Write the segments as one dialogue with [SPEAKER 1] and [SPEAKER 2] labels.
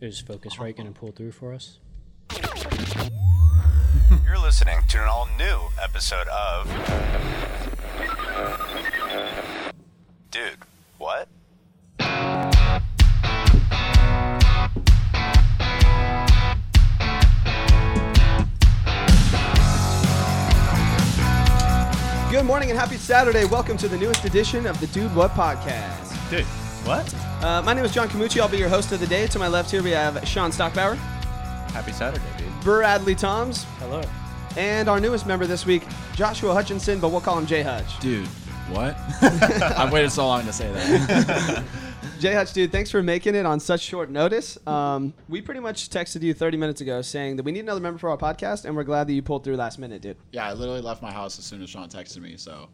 [SPEAKER 1] Is Focusrite going to pull through for us?
[SPEAKER 2] You're listening to an all new episode of. Dude, what?
[SPEAKER 3] Good morning and happy Saturday. Welcome to the newest edition of the Dude What Podcast.
[SPEAKER 2] Dude, what?
[SPEAKER 3] Uh, my name is John Camucci. I'll be your host of the day. To my left here, we have Sean Stockbauer,
[SPEAKER 2] Happy Saturday, dude.
[SPEAKER 3] Bradley Toms,
[SPEAKER 1] Hello.
[SPEAKER 3] and our newest member this week, Joshua Hutchinson, but we'll call him Jay Hutch.
[SPEAKER 4] Dude, what? I've waited so long to say that.
[SPEAKER 3] Jay Hutch, dude, thanks for making it on such short notice. Um, we pretty much texted you 30 minutes ago saying that we need another member for our podcast, and we're glad that you pulled through last minute, dude.
[SPEAKER 4] Yeah, I literally left my house as soon as Sean texted me, so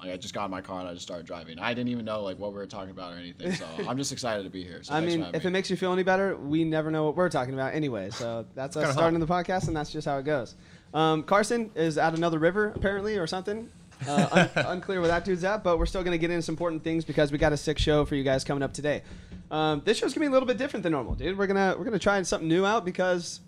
[SPEAKER 4] like I just got in my car and I just started driving. I didn't even know like what we were talking about or anything, so I'm just excited to be here. So
[SPEAKER 3] I
[SPEAKER 4] thanks
[SPEAKER 3] mean,
[SPEAKER 4] for having
[SPEAKER 3] if it
[SPEAKER 4] me.
[SPEAKER 3] makes you feel any better, we never know what we're talking about anyway. So that's us starting the podcast, and that's just how it goes. Um, Carson is at another river, apparently, or something. Uh, un- unclear where that dude's at, but we're still going to get into some important things because we got a sick show for you guys coming up today. Um, this show's gonna be a little bit different than normal, dude. We're gonna we're gonna try something new out because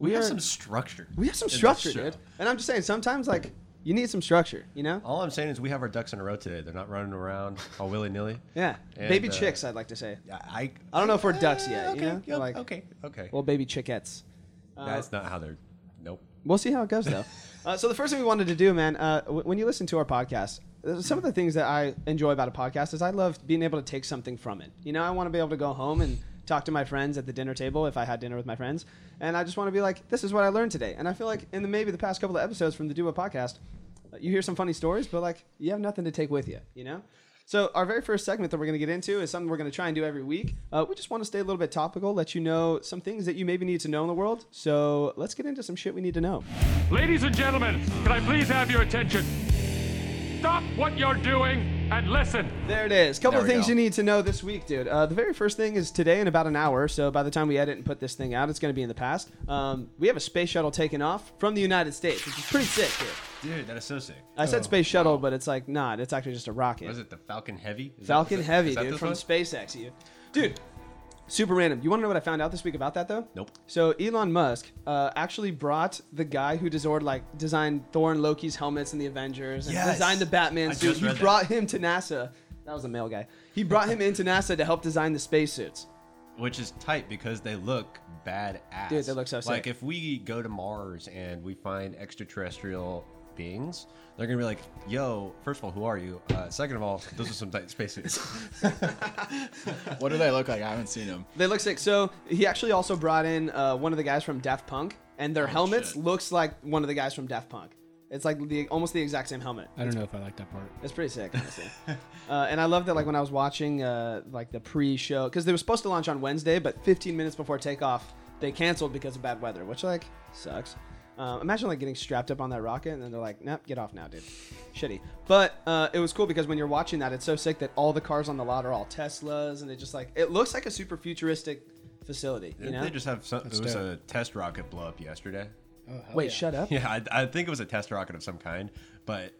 [SPEAKER 3] we,
[SPEAKER 5] We
[SPEAKER 3] are,
[SPEAKER 5] have some structure.
[SPEAKER 3] we have some
[SPEAKER 5] in this
[SPEAKER 3] structure,
[SPEAKER 5] show.
[SPEAKER 3] dude. And I'm just saying, sometimes like you need some structure, you know?
[SPEAKER 5] All I'm saying is we have our ducks in a row today. They're not running around all willy nilly.
[SPEAKER 3] Yeah,
[SPEAKER 5] And,
[SPEAKER 3] baby
[SPEAKER 5] uh,
[SPEAKER 3] chicks, I'd like to say.
[SPEAKER 5] I,
[SPEAKER 3] I don't know if we're ducks yet, you
[SPEAKER 5] Okay,
[SPEAKER 3] know?
[SPEAKER 5] yep,
[SPEAKER 3] Like-
[SPEAKER 5] okay, okay.
[SPEAKER 3] Well, baby chickettes.
[SPEAKER 5] That's not how they're. Nope.
[SPEAKER 3] We'll see how it goes, though. uh, so the first thing we wanted to do, man, uh, w- when you listen to our podcast, uh, some of the things that I enjoy about a podcast is I love being able to take something from it. You know, I want to be able to go home and talk to my friends at the dinner table if I had dinner with my friends, and I just want to be like, this is what I learned today. And I feel like in the, maybe the past couple of episodes from the Do a podcast, uh, you hear some funny stories, but like you have nothing to take with you. You know. So our very first segment that we're going to get into is something we're going to try and do every week. Uh, we just want to stay a little bit topical, let you know some things that you maybe need to know in the world. So let's get into some shit we need to know.
[SPEAKER 6] Ladies and gentlemen, can I please have your attention? Stop what you're doing and listen.
[SPEAKER 3] There it is. Couple
[SPEAKER 4] There
[SPEAKER 3] of
[SPEAKER 4] we
[SPEAKER 3] things
[SPEAKER 4] go.
[SPEAKER 3] you need to know this week, dude. Uh, the very first thing is today in about an hour. So by the time we edit and put this thing out, it's going to be in the past. Um, we have a space shuttle taking off from the United States, which is pretty sick, dude.
[SPEAKER 5] Dude, that is so sick.
[SPEAKER 3] I
[SPEAKER 4] Oh,
[SPEAKER 3] said space shuttle, but it's like not. It's actually just a rocket.
[SPEAKER 5] Was it the Falcon Heavy? Is that-
[SPEAKER 3] Falcon
[SPEAKER 5] is that-
[SPEAKER 3] Heavy,
[SPEAKER 5] is that
[SPEAKER 3] dude,
[SPEAKER 5] this
[SPEAKER 3] from
[SPEAKER 5] one?
[SPEAKER 3] SpaceX. You, dude, super random. You want to know what I found out this week about that though?
[SPEAKER 5] Nope.
[SPEAKER 3] So Elon Musk uh, actually brought the guy who designed like designed Thor and Loki's helmets in the Avengers and
[SPEAKER 5] Yes.
[SPEAKER 3] designed the Batman
[SPEAKER 5] I
[SPEAKER 3] suit.
[SPEAKER 5] just
[SPEAKER 3] He
[SPEAKER 5] read that.
[SPEAKER 3] brought him to NASA. That was a male guy. He brought him into NASA to help design the spacesuits.
[SPEAKER 5] Which is tight because they look badass.
[SPEAKER 3] Dude, they look so sick.
[SPEAKER 5] Like if we go to Mars and we find extraterrestrial beings, they're gonna be like, "Yo, first of all, who are you? Uh, second of all, those are some tight spaces."
[SPEAKER 4] What do they look like? I haven't seen them.
[SPEAKER 3] They look sick. So he actually also brought in uh, one of the guys from Daft Punk, and their helmets
[SPEAKER 4] shit.
[SPEAKER 3] looks like one of the guys from Daft Punk. It's like the almost the exact same helmet.
[SPEAKER 1] I don't know if I like that part.
[SPEAKER 3] It's pretty sick, honestly. uh, and I love that, like when I was watching, uh, like the pre-show, because they were supposed to launch on Wednesday, but 15 minutes before takeoff, they canceled because of bad weather, which like sucks. Um, imagine like getting strapped up on that rocket, and then they're like, "Nope, get off now, dude." Shitty. But uh, it was cool because when you're watching that, it's so sick that all the cars on the lot are all Teslas, and it just like it looks like a super futuristic facility. You
[SPEAKER 5] Didn't
[SPEAKER 3] know?
[SPEAKER 5] They just have some. It was
[SPEAKER 1] dope.
[SPEAKER 5] a test rocket blow up yesterday.
[SPEAKER 3] Wait, shut up.
[SPEAKER 5] Yeah, I, I think it was a test rocket of some kind, but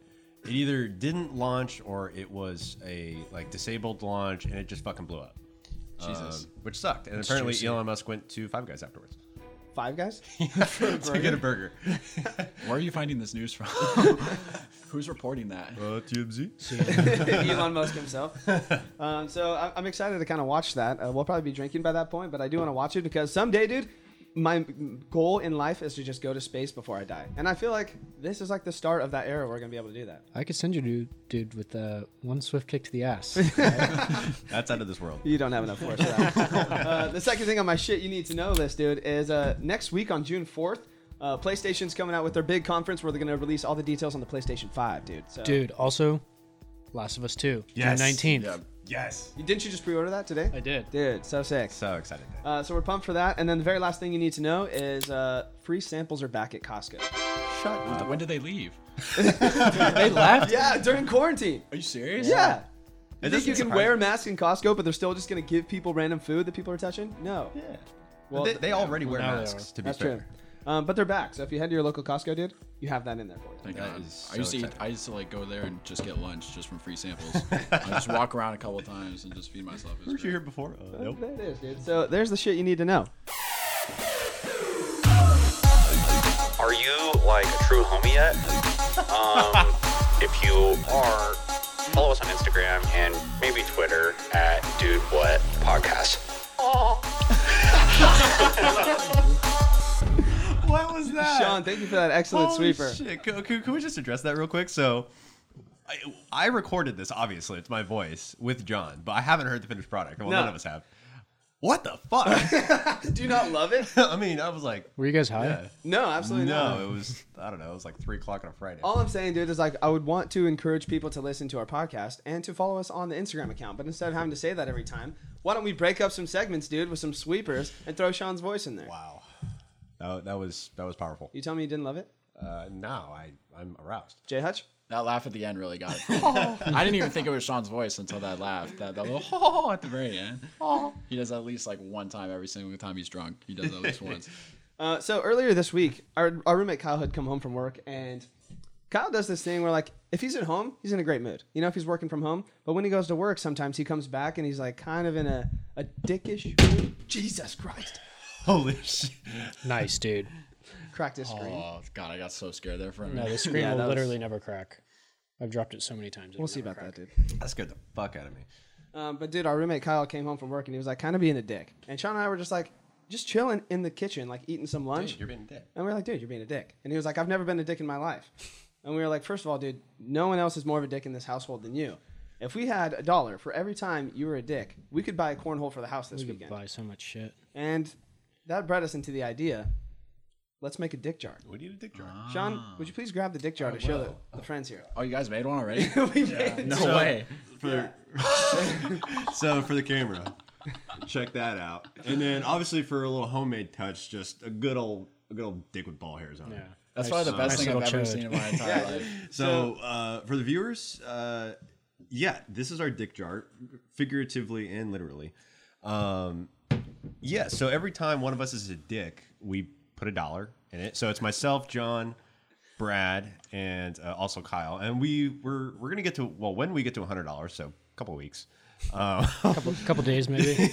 [SPEAKER 5] it either didn't launch or it was a like disabled launch and it just fucking blew up.
[SPEAKER 4] Jesus.
[SPEAKER 5] Um, which sucked. And apparently Elon Musk went to Five Guys afterwards
[SPEAKER 3] Five guys.
[SPEAKER 5] to get a burger.
[SPEAKER 4] Where are you finding this news from? Who's reporting that?
[SPEAKER 5] uh, TMZ.
[SPEAKER 3] Elon Musk himself. Um, so I- I'm excited to kind of watch that. Uh, we'll probably be drinking by that point, but I do want to watch it because someday, dude, my m- goal in life is to just go to space before I die, and I feel like this is like the start of that era. We're gonna be able to do that.
[SPEAKER 1] I could send you dude, dude with uh, one swift kick to the ass.
[SPEAKER 5] That's out of this world.
[SPEAKER 3] You don't have enough force. For that. uh, the second thing on my shit you need to know list, dude, is uh, next week on June 4th. Uh, PlayStation's coming out with their big conference where they're going to release all the details on the PlayStation 5, dude. So,
[SPEAKER 1] dude, also, Last of Us 2.
[SPEAKER 5] Yes.
[SPEAKER 1] June 19th.
[SPEAKER 4] Yeah,
[SPEAKER 5] Yes.
[SPEAKER 3] didn't you just pre-order that today?
[SPEAKER 1] I did.
[SPEAKER 3] Dude, so sick.
[SPEAKER 5] So excited.
[SPEAKER 3] Uh, so we're pumped for that. And then the very last thing you need to know is uh, free samples are back at Costco.
[SPEAKER 4] shut up. When did they leave?
[SPEAKER 1] They left?
[SPEAKER 3] Yeah, during quarantine.
[SPEAKER 4] Are you serious?
[SPEAKER 3] Yeah. You
[SPEAKER 5] It
[SPEAKER 3] think
[SPEAKER 5] doesn't
[SPEAKER 3] you can
[SPEAKER 5] surprise
[SPEAKER 3] wear a
[SPEAKER 5] me.
[SPEAKER 3] mask in Costco, but they're still just going to give people random food that people are touching? No.
[SPEAKER 5] Well, they, they already wear
[SPEAKER 1] Now they
[SPEAKER 5] masks,
[SPEAKER 1] are.
[SPEAKER 5] to be
[SPEAKER 3] That's
[SPEAKER 5] fair.
[SPEAKER 3] true. Um, but they're back. So if you head to your local Costco, dude, you have that in there for you.
[SPEAKER 4] Thank
[SPEAKER 5] That
[SPEAKER 4] Oh God.
[SPEAKER 5] is
[SPEAKER 4] I used
[SPEAKER 5] so
[SPEAKER 4] to eat,
[SPEAKER 5] exciting.
[SPEAKER 4] I used to like go there and just get lunch just from free samples. I just walk around a couple times and just feed myself. It was great.
[SPEAKER 5] before? Uh,
[SPEAKER 3] There it is, dude. So there's the shit you need to know.
[SPEAKER 7] Are you like a true homie yet? Um, if you are, follow us on Instagram and maybe Twitter at Dude What Podcast.
[SPEAKER 5] What was that?
[SPEAKER 3] Sean, thank you for that excellent
[SPEAKER 5] Holy
[SPEAKER 3] sweeper.
[SPEAKER 5] Shit. Can, can- can we just address that real quick? So, I, I recorded this, obviously, it's my voice with John, but I haven't heard the finished product. Well,
[SPEAKER 3] No.
[SPEAKER 5] none of us have. What the fuck?
[SPEAKER 3] Do you not love it?
[SPEAKER 5] I mean, I was like,
[SPEAKER 1] Were you guys high?
[SPEAKER 5] yeah.
[SPEAKER 3] No, absolutely not.
[SPEAKER 5] no, it was, I don't know, it was like 3 o'clock on a Friday.
[SPEAKER 3] All I'm saying, dude, is like I would want to encourage people to listen to our podcast and to follow us on the Instagram account. But instead of having to say that every time, why don't we break up some segments, dude, with some sweepers and throw Sean's voice in there?
[SPEAKER 5] Wow. That, that was that was powerful.
[SPEAKER 3] You tell me you didn't love it,
[SPEAKER 5] Uh, now I I'm aroused.
[SPEAKER 3] Jay Hutch?
[SPEAKER 4] That laugh at the end really got it. for me. I didn't even think it was Sean's voice until that laugh. That, that little oh at the very end. He does at least like one time every single time he's drunk. He does at least once.
[SPEAKER 3] Uh, so earlier this week, our, our roommate Kyle had come home from work, and Kyle does this thing where, like, if he's at home, he's in a great mood. You know, if he's working from home. But when he goes to work, sometimes he comes back and he's like kind of in a, a dickish mood. Jesus Christ.
[SPEAKER 5] Holy shit!
[SPEAKER 1] Nice, dude.
[SPEAKER 3] Cracked his screen.
[SPEAKER 4] Oh god, I got so scared there for a
[SPEAKER 1] No,
[SPEAKER 4] minute.
[SPEAKER 1] the screen
[SPEAKER 3] Yeah, that
[SPEAKER 1] will
[SPEAKER 3] was-
[SPEAKER 1] literally never crack. I've dropped it so many times.
[SPEAKER 3] we'll see about that, dude.
[SPEAKER 5] That scared the fuck out of me.
[SPEAKER 3] Um, but dude, our roommate Kyle came home from work and he was like kind of being a dick. And Sean and I were just like, just chilling in the kitchen, like eating some lunch.
[SPEAKER 5] Dude, you're being a dick.
[SPEAKER 3] And we were like, dude, you're being a dick. And he was like, I've never been a dick in my life. And we were like, first of all, dude, no one else is more of a dick in this household than you. If we had a dollar for every time you were a dick, we could buy a cornhole for the house this
[SPEAKER 1] We could
[SPEAKER 3] weekend.
[SPEAKER 1] buy so much shit.
[SPEAKER 3] And that brought us into the idea let's make a dick jar.
[SPEAKER 5] What do you do, dick jar?
[SPEAKER 3] Ah. Sean, would you please grab the dick jar to show the, the friends here?
[SPEAKER 4] Oh, you guys made one already?
[SPEAKER 3] We did.
[SPEAKER 4] No
[SPEAKER 5] So-
[SPEAKER 4] way.
[SPEAKER 5] for so for the camera check that out and then obviously for a little homemade touch just a good old a good old dick with ball hairs on it
[SPEAKER 1] Yeah.
[SPEAKER 4] That's probably the
[SPEAKER 1] nice
[SPEAKER 4] best thing I've
[SPEAKER 1] little
[SPEAKER 4] ever
[SPEAKER 1] chode.
[SPEAKER 4] seen in my entire life.
[SPEAKER 5] so uh, for the viewers uh, yeah this is our dick jar figuratively and literally um, yeah so every time one of us is a dick we put a dollar in it so it's myself john brad and uh, also kyle and we we're, we're gonna get to well when we get to $100 so a couple weeks
[SPEAKER 1] couple, couple days maybe.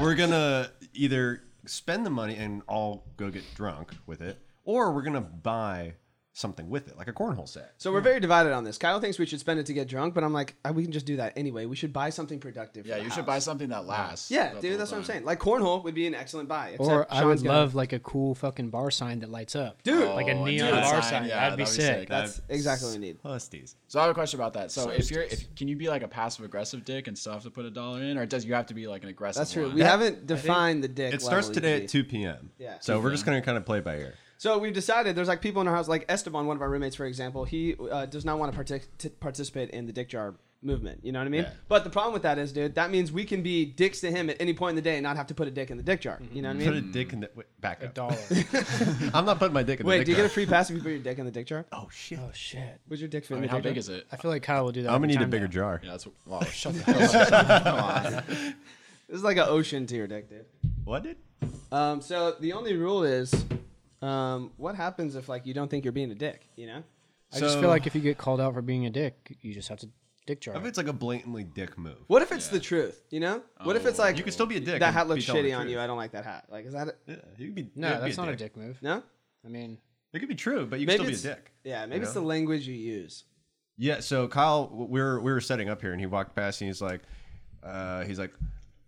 [SPEAKER 5] we're gonna either spend the money and all go get drunk with it, or we're gonna buy something with it, like a cornhole set.
[SPEAKER 3] So we're very divided on this. Kyle thinks we should spend it to get drunk, but I'm like, "Ah, we can just do that anyway. We should buy something productive. for
[SPEAKER 4] Yeah,
[SPEAKER 3] the
[SPEAKER 4] you
[SPEAKER 3] house."
[SPEAKER 4] should buy something that lasts.
[SPEAKER 3] Yeah,
[SPEAKER 4] throughout the
[SPEAKER 3] dude,
[SPEAKER 4] whole
[SPEAKER 3] that's what I'm
[SPEAKER 4] time.
[SPEAKER 3] saying. Like cornhole would be an excellent buy. except
[SPEAKER 1] Or I
[SPEAKER 3] Sean's
[SPEAKER 1] would
[SPEAKER 3] gonna-
[SPEAKER 1] love like a cool fucking bar sign that lights up,
[SPEAKER 3] Dude.
[SPEAKER 1] Like a
[SPEAKER 4] Oh,
[SPEAKER 1] neon
[SPEAKER 4] dude,
[SPEAKER 1] bar
[SPEAKER 4] sign,
[SPEAKER 1] sign.
[SPEAKER 4] yeah,
[SPEAKER 1] that'd be
[SPEAKER 4] that'd be
[SPEAKER 1] sick.
[SPEAKER 4] sick.
[SPEAKER 3] That's exactly what we need.
[SPEAKER 5] Husties.
[SPEAKER 4] So I have a question about that. So if you're, if can you be like a passive aggressive dick and still have to put a dollar in, or does you have to be like an aggressive?
[SPEAKER 3] That's true.
[SPEAKER 4] one?
[SPEAKER 3] We haven't defined the dick.
[SPEAKER 5] It starts
[SPEAKER 3] level
[SPEAKER 5] today
[SPEAKER 3] you
[SPEAKER 5] at
[SPEAKER 3] can be.
[SPEAKER 5] 2 p.m.
[SPEAKER 3] Yeah.
[SPEAKER 5] So we're just gonna kind of play it by ear.
[SPEAKER 3] So we've decided there's like people in our house, like Esteban, one of our roommates, for example. He uh, does not want to partic- t- participate in the dick jar movement. You know what I mean?
[SPEAKER 5] Yeah.
[SPEAKER 3] But the problem with that is, dude, that means we can be dicks to him at any point in the day and not have to put a dick in the dick jar.
[SPEAKER 4] Mm-hmm.
[SPEAKER 3] You know what I
[SPEAKER 5] Put
[SPEAKER 3] mean?
[SPEAKER 5] a dick in the wait, back up.
[SPEAKER 1] Dollar.
[SPEAKER 5] I'm not putting my dick in the
[SPEAKER 3] Wait,
[SPEAKER 5] dick
[SPEAKER 3] do you get a
[SPEAKER 5] jar.
[SPEAKER 3] free pass if you put your dick in the dick jar?
[SPEAKER 5] Oh shit!
[SPEAKER 1] oh shit.
[SPEAKER 3] Would your dick fit
[SPEAKER 4] I
[SPEAKER 3] in
[SPEAKER 4] mean,
[SPEAKER 3] the
[SPEAKER 4] how
[SPEAKER 3] dick jar?
[SPEAKER 4] big is it?
[SPEAKER 1] I feel like Kyle will do that.
[SPEAKER 5] I'm
[SPEAKER 1] every
[SPEAKER 5] gonna need a
[SPEAKER 1] time
[SPEAKER 5] bigger
[SPEAKER 1] now.
[SPEAKER 5] jar.
[SPEAKER 4] Yeah, that's wow. Shut the hell up. Come on.
[SPEAKER 3] This is like an ocean to your dick, dude.
[SPEAKER 5] What did?
[SPEAKER 3] Um, so the only rule is, um, what happens if like you don't think you're being a dick? You know?
[SPEAKER 1] I just
[SPEAKER 5] So-
[SPEAKER 1] feel like if you get called out for being a dick, you just have to dick jar.
[SPEAKER 5] If
[SPEAKER 1] it.
[SPEAKER 5] it's like a blatantly dick move,
[SPEAKER 3] What if it's the truth? You know? What if it's like
[SPEAKER 5] Oh. you could still be a dick.
[SPEAKER 3] that
[SPEAKER 5] and
[SPEAKER 3] hat
[SPEAKER 5] be
[SPEAKER 3] looks
[SPEAKER 5] telling the
[SPEAKER 3] shitty on
[SPEAKER 5] truth.
[SPEAKER 3] you? I don't like that hat. Like, is that a,
[SPEAKER 5] Yeah, you could be.
[SPEAKER 1] No,
[SPEAKER 5] you could be
[SPEAKER 1] that's not a dick move.
[SPEAKER 3] no?
[SPEAKER 1] I mean,
[SPEAKER 5] It could be true, but you could
[SPEAKER 3] Maybe
[SPEAKER 5] still be a
[SPEAKER 3] it's-
[SPEAKER 5] dick.
[SPEAKER 3] Yeah, maybe
[SPEAKER 5] you
[SPEAKER 3] it's
[SPEAKER 5] know?
[SPEAKER 3] the language you use.
[SPEAKER 5] Yeah, so Kyle, we were we were setting up here, and he walked past, and he's like, uh, he's like,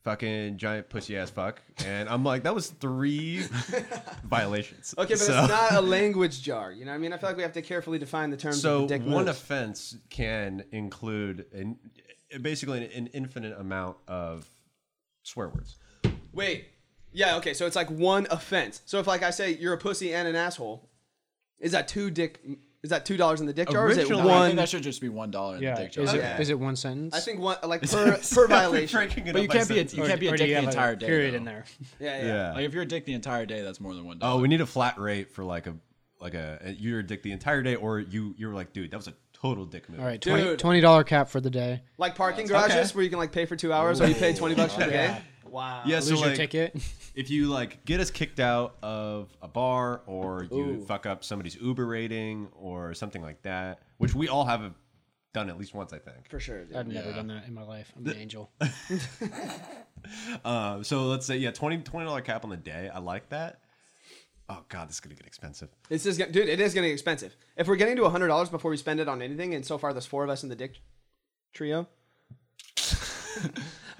[SPEAKER 5] fucking giant pussy ass fuck, and I'm like, that was three violations.
[SPEAKER 3] Okay, but
[SPEAKER 5] So-
[SPEAKER 3] it's not a language jar. You know what I mean? I feel like we have to carefully define the terms.
[SPEAKER 5] So
[SPEAKER 3] of the dick
[SPEAKER 5] one
[SPEAKER 3] moves.
[SPEAKER 5] offense can include an, basically an, an infinite amount of swear words.
[SPEAKER 3] Wait. Yeah. Okay. So it's like one offense. So if like I say you're a pussy and an asshole, is that two dick? Is that two dollars in the dick jar? Or is it
[SPEAKER 5] Originally-
[SPEAKER 4] I think
[SPEAKER 3] one?
[SPEAKER 4] that should just be one dollar in
[SPEAKER 1] yeah.
[SPEAKER 4] the dick jar.
[SPEAKER 1] Is,
[SPEAKER 3] Okay.
[SPEAKER 1] it, is it one sentence?
[SPEAKER 3] I think one like per per violation.
[SPEAKER 5] Breaking it
[SPEAKER 4] But
[SPEAKER 5] up
[SPEAKER 4] you
[SPEAKER 5] by
[SPEAKER 4] can't be a,
[SPEAKER 5] sentence.
[SPEAKER 4] you can't be a
[SPEAKER 1] or do
[SPEAKER 4] dick
[SPEAKER 1] you
[SPEAKER 4] the
[SPEAKER 1] have
[SPEAKER 4] entire
[SPEAKER 1] a
[SPEAKER 4] day.
[SPEAKER 1] period
[SPEAKER 4] though.
[SPEAKER 1] in there.
[SPEAKER 3] Yeah. Yeah.
[SPEAKER 5] Yeah.
[SPEAKER 4] Like if you're a dick the entire day, that's more than one
[SPEAKER 5] oh,
[SPEAKER 4] dollar.
[SPEAKER 5] we need a flat rate for like a like a you're a dick the entire day, or you you're like, dude, that was a total dick move.
[SPEAKER 1] All right, 20
[SPEAKER 3] Dude.
[SPEAKER 1] twenty dollar cap for the day.
[SPEAKER 3] Like parking garages where you can like pay for two hours or you pay twenty bucks for the day. Wow.
[SPEAKER 5] Yeah, so
[SPEAKER 1] Lose your
[SPEAKER 5] like,
[SPEAKER 1] ticket.
[SPEAKER 5] if you like get us kicked out of a bar or you fuck up somebody's Uber rating or something like that, which we all have done at least once, I think.
[SPEAKER 3] For sure. dude.
[SPEAKER 1] I've never done that in my life. I'm an angel.
[SPEAKER 5] Uh, so let's say yeah, 20 dollar cap on the day. I like that. Oh god, this is gonna get expensive.
[SPEAKER 3] This is gonna, dude. It is getting expensive. If we're getting to hundred dollars before we spend it on anything, and so far there's four of us in the Dick Trio.